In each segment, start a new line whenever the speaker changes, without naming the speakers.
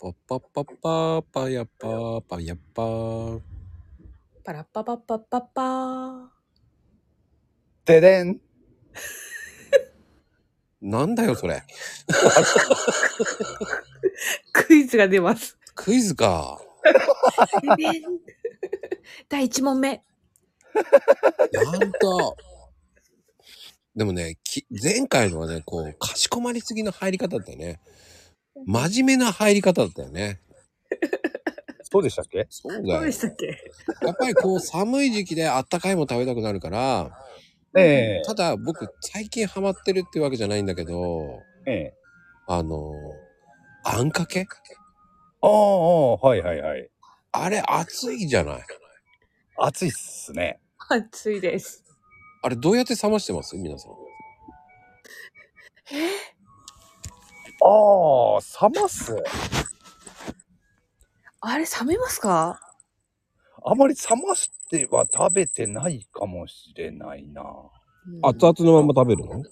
パッパッパッパーパヤパーパヤパー。
パラッパパッパッパッパー。
ででん。
なんだよ、それ。
クイズが出ます。
クイズか。
第1問目。
なんと。でもね、き前回のはね、こう、かしこまりすぎの入り方だったよね。真面目な入り方だったよね。
そうでしたっけ
そう
どう
だ
で
よ。
したっけ
やっぱりこう、寒い時期であったかいもの食べたくなるから、
え
ただ僕、最近ハマってるっていうわけじゃないんだけど、
えええ
あの、あんかけ
ああ、はいはいはい。
あれ、熱いじゃない。
暑いっすね。
暑いです。
あれ、どうやって冷ましてます皆さん。
ああ、冷ます。
あれ、冷めますか
あまり冷ましては食べてないかもしれないな。
熱々のまま食べるの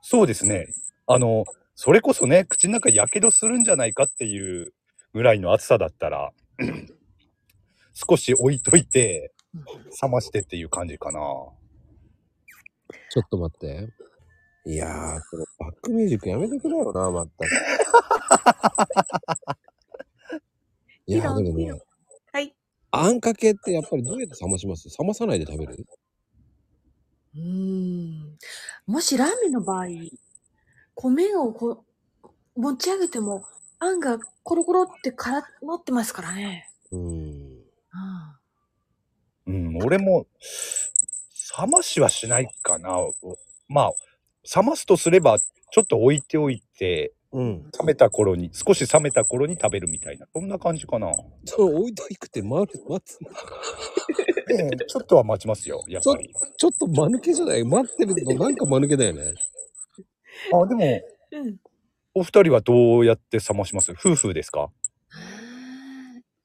そうですね。あの、それこそね、口の中やけどするんじゃないかっていうぐらいの暑さだったら、少し置いといて、冷ましてっていう感じかな。
ちょっと待って。いやー、このバックミュージックやめてくれよな、 まったく。いやー、でも
いい
ね
の、はい。
あんかけってやっぱりどうやって冷まします冷まさないで食べる
うーん。もしラーメンの場合、米をこう持ち上げても、あんがコロコロって絡まってますからね。
うーん。
あ
うん、俺も、冷ましはしないかな。まあ、冷ますとすれば、ちょっと置いておいて、
うん。
冷めた頃に、少し冷めた頃に食べるみたいな、そんな感じかな。
その置いといくって待る、 待つ。
ええちょっとは待ちますよ、やっぱり。
ちょっと間抜けじゃない待ってるとなんか間抜けだよね。
あ、でも、
ーうん。
お二人はどうやって冷まします夫婦ですか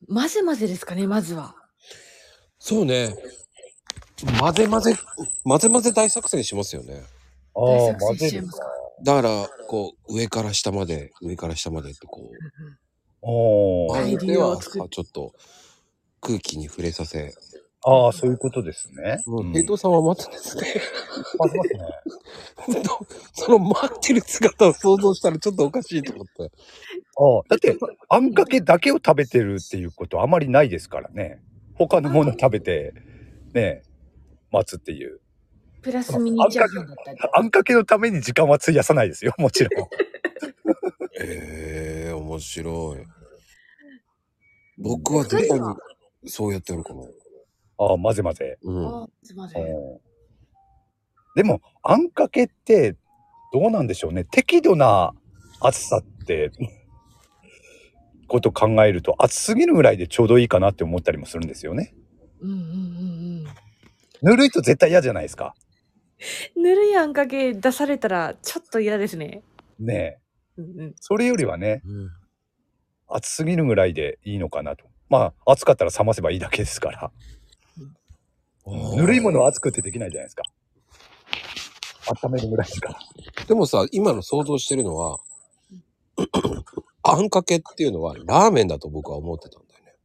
混ぜ混ぜですかね、まずは。
そうね。混ぜ混ぜ、混ぜ混ぜ大作戦しますよね。
あ
大
あ、
作
混
戦
ぜ
しちゃい
る
ます
か
か。
だから、こう、上から下まで、上から下までってこう、
あ
場
は
合によ
い
って
大流
は
を作る
ちょっと空気に触れさせ、
あああ、そういうことですね。
もう
うん
平等さんは待つんですね。
待ちますね。
その待ってる姿を想像したらちょっとおかしいと思って。
ああ、だって、あんかけだけを食べてるっていうことあまりないですからね。他のもの食べて、ねえ、待つっていう。
プラスミニチャーハンだったり。
あんかけのために時間は費やさないですよ、も ちろん。
ええ面白い。僕は絶対にそうやってやるかな。
ああ、混ぜ混 ぜ。
うん。
あすいま
う
せん。
んでも、あんかけって、どうなんでしょうね。適度な暑さって、 こと考えると、暑すぎるぐらいでちょうどいいかなって思ったりもするんですよね。
うんうんうん
ぬるいと絶対嫌じゃないですか。
うん。ぬるいあんかけ出されたら、ちょっと嫌ですね。
ね
う
え。
んうん。
それよりはね、
うん
暑すぎるぐらいでいいのかなと。まあ、暑かったら冷ませばいいだけですから。ぬるいものは熱くってできないじゃないですか。温めるぐらいしか。
でもさ、今の想像してるのは、あんかけっていうのはラーメンだと僕は思ってたんだよね。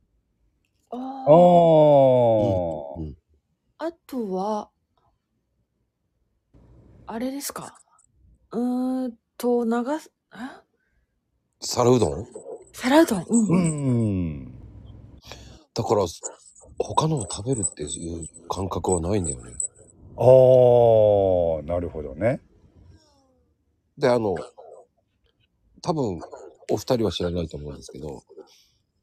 ああ
あ
うんうん
あ。あとは、あれですか。うーんと、長す、あ
皿うどん
皿うどん。うん
う
うん
ん。
だから、他のを食べるっていう感覚はないんだよね。
ああ、なるほどね。
で、あの、多分、お二人は知らないと思うんですけど、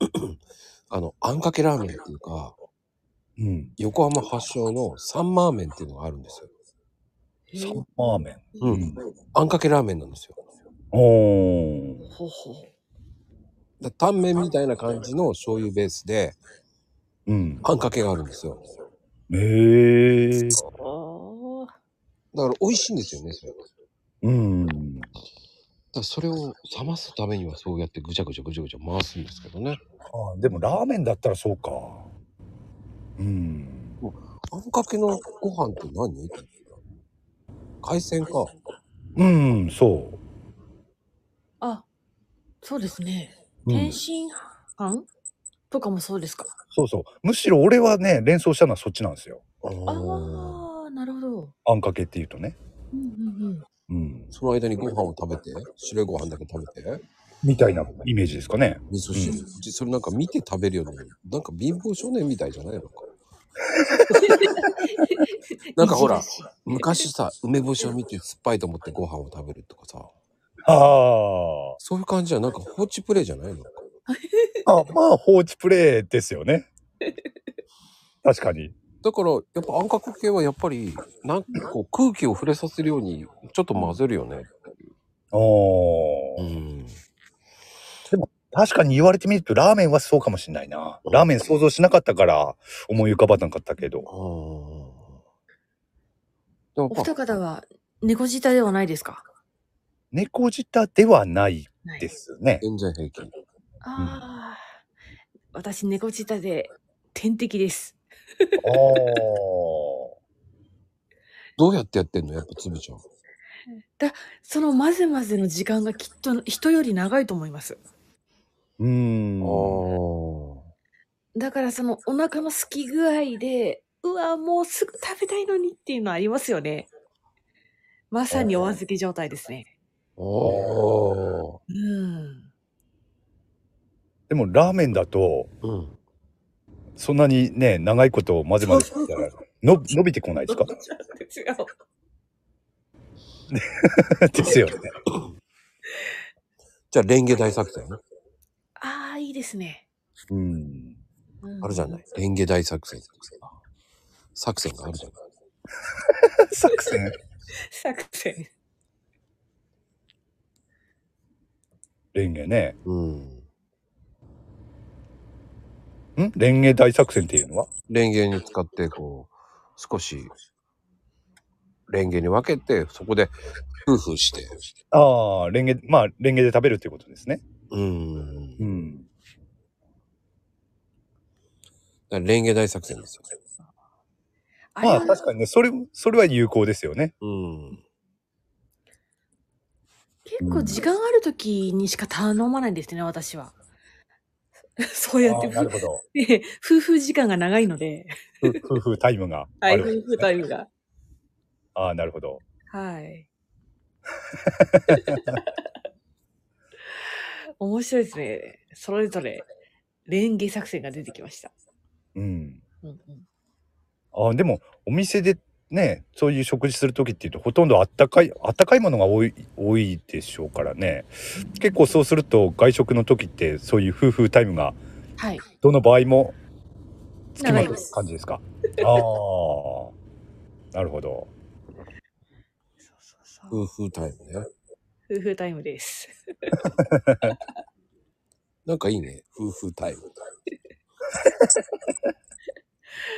あの、あんかけラーメンっていうか、
うん。
横浜発祥のサンマーメンっていうのがあるんですよ。
え
サ
ー
ンマーメン。。
うんあんかけラーメンなんですよ。
おー。
ほうほう。
だタンメンみたいな感じの醤油ベースで、
うん。
あんかけがあるんですよ。
へえ。
ああ。
だから美味しいんですよね、それが。だか
うん。
らそれを冷ますためにはそうやってぐちゃぐちゃぐちゃぐちゃ回すんですけどね。
あでもラーメンだったらそうか。うん。
あんかけのご飯って何海鮮か。
うん、そう。
あ、そうですね。
うん
天津飯とかもそうですか。
そうそう。むしろ俺はね、連想したのはそっちなんですよ。
あ
ああ。
あ、なるほど。
あんかけっていうとね。
うんうんうん。
うん。
その間にご飯を食べて、白いご飯だけ食べて、
みたいなイメージですかね。
味噌汁。
う
じそれなんか見て食べるような、なんか貧乏少年みたいじゃないのか。なんかほら
いじらしい
昔さ、梅干しを見て酸っぱいと思ってご飯を食べるとかさ、
あ
そういう感じじゃなんか放置プレイじゃないのか。
あ。あ、まあ、放置プレイですよね。確かに。
だから、やっぱあんかけ系はやっぱり、なんかこう空気を触れさせるように、ちょっと混ぜるよね。
あー
うん。
確かに言われてみると、ラーメンはそうかもしれないな。ラーメン想像しなかったから思い浮かばなかったけ
あ
ど。
あ。でもや
お
っぱ
二方は猫舌ではないですか
猫舌ではない
ない
ですね。
全然平均。
ああ、私猫舌で天敵です。
ああ。
どうやってやってんのやっぱつぶちゃん。
その混ぜ混ぜの時間がきっと人より長いと思います。
うーん。
あ
だからそのお腹の空き具合で、うわ、もうすぐ食べたいのにっていうのありますよね。まさにお預け状態ですね。
あ。
うん。
でもラーメンだと、
ああ。うん。
そんなにね、長いこと混ぜ混ぜしてたら、の伸びてこない ですか
違う。
ですよね。
じゃあ、レンゲ大作戦
ああ、いいですね。
うん。
う
あるじゃない。レンゲ大作戦ってさ。作戦があるじゃない。
作戦。
作戦。
レンゲね。
うん。
んレンゲ大作戦っていうのは
レンゲに使って、こう、少し、レンゲに分けて、そこで、夫婦して。
ああ、レンゲ、まあ、レンゲで食べるっていうことですね。
うん。だから
ん。
レンゲ大作戦ですよ。
あれ
ま
は
あ、確かにね、それ、それは有効ですよ ね。
うん。
結構時間ある時にしか頼まないんですね、私は。 そうやって、
ああなるほど。
ね夫婦時間が長いので、
ふ 夫婦タイムがあ
はい、
るわけ
夫
ですね、
婦タイムが。
ああ、なるほど。
はい。面白いですね。それぞれ、レンゲ作戦が出てきました。
うん。
うんうん、
ああ、でも、お店でね、そういう食事するときっていうと、ほとんどあったかい、あったかいものが多い、多いでしょうからね。結構そうすると、外食のときって、そういう夫婦タイムが、
はい。
どの場合も、つき
長
ま
い
と
で
う
す。
感じですか。ああ、なるほど。
そ
夫
うそうそう
婦タイムね。
夫婦タイムです。
なんかいいね。夫婦タイム。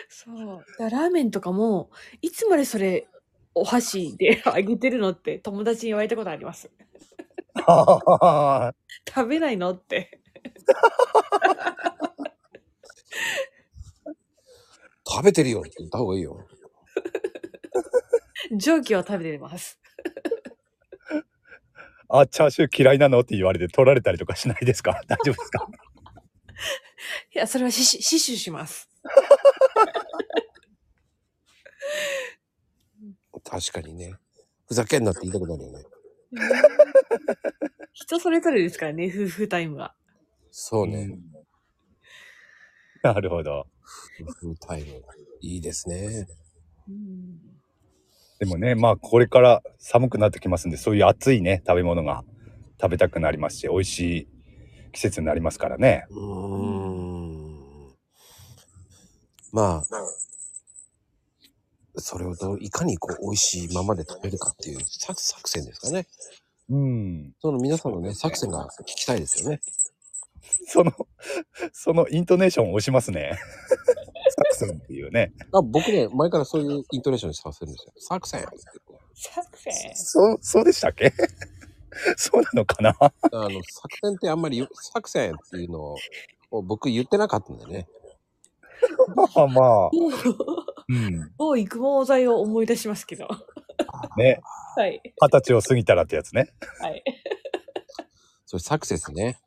そう。だからラーメンとかも、いつまでそれ、お箸で あげてるのって友達に言われたことあります。
ああ
食べないのって。
食べてるよって言った方がいいよ。
蒸気は食べてます。
あ、チャーシュー嫌いなのって言われて取られたりとかしないですか 大丈夫ですか
いや、それは死守死守します。
確かにね。ふざけんなって言いたくなるよね。
人それぞれですから ね、夫婦タイムは。
そうね。
なるほど。
夫婦タイム。いいですね。
うん
でもね、まあこれから寒くなってきますんで、そういう暑いね、食べ物が食べたくなりますし、美味しい季節になりますからね。
うーん。まあ、それをどういかにこう美味しいままで食べるかっていう作作戦ですかね。
うん。
その皆さんのね、作戦が聞きたいですよね。
その、 そのイントネーションを押しますね。 作戦っていうね。
あ僕ね、前からそういうイントネーションにさせるんですよ。作戦
作戦。
そ、そうでしたっけ そうなのかな
あの、作戦ってあんまりよ作戦っていうのを僕言ってなかったんでね。
まあまあ。
もう、
うん。
もう育毛剤を思い出しますけど。
ね。
はい。
二十歳を過ぎたらってやつね。
はい。
それサクセスね。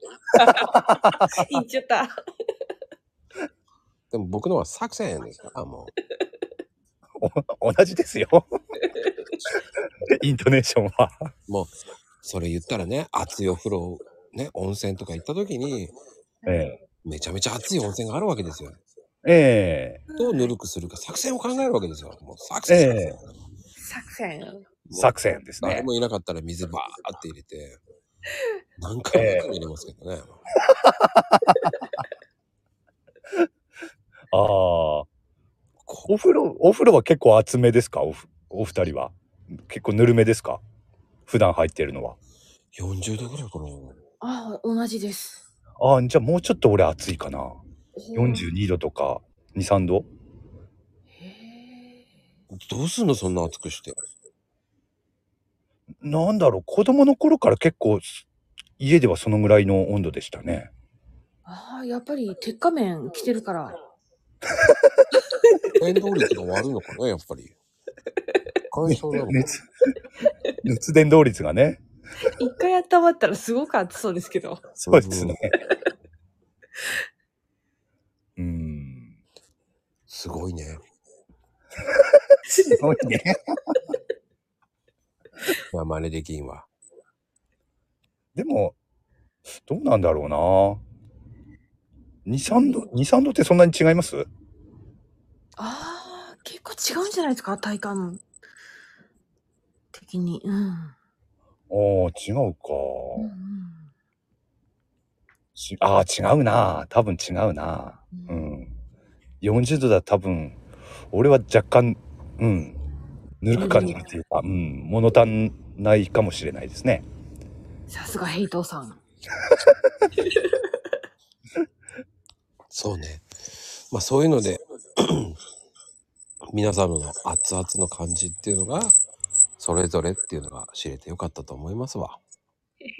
言っちゃった。
でも僕のはサクセンですから、もう。
同じです よ。イントネーションは。
それ言ったらね、熱いお風呂、ね、温泉とか行った時に、
え
めちゃめちゃ熱い温泉があるわけですよ。
え。え
どうぬるくするか作戦を考えるわけですよ。もう作戦、
ええ
作戦。
え。作戦です
誰
ね。
もいなかったら水バーって入れ て、何回も何回も入れますけどね。
ああ。
こ
お風呂、お風呂は結構厚めですかおふお二人は。結構ぬるめですか普段入ってるのは。
40度ぐらいかな。
ああ、同じです。
ああ、じゃあもうちょっと俺暑いかな。
へ
42度とか、2、3度
え。
どうすんのそんな熱くして。
なんだろう、子供の頃から結構、す家ではそのぐらいの温度でしたね。
ああ、やっぱり鉄仮面着てるから。
変動率が悪いのか な、やっぱり。干渉なのかな。
熱、 熱伝導率がね。
一回温まったらすごく暑そうですけど。
そうですね。 うん。
すごいね。
すごいね。
まあ、真似できんわ。
でも、どうなんだろうな。2、3度、2、3度ってそんなに違います
ああ、結構違うんじゃないですか体感的に。うん。
ああ、違うか。
うんうん
ちああ、違うな。多分違うな。う
うん
ん。40度だ多分、俺は若干、うん、ぬるく感じるっていうか、うん、物足んないかもしれないですね。
さすがヘイトさん。
そうね。まあ、そういうので、 皆様の熱々の感じっていうのが、それぞれっていうのが知れてよかったと思いますわ。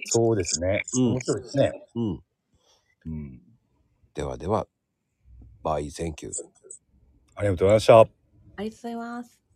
そうですね。
うん。
白いですね。
うん。
うん。
ではでは、バイセンキュー。
ありがとうございました。
ありがとうございます。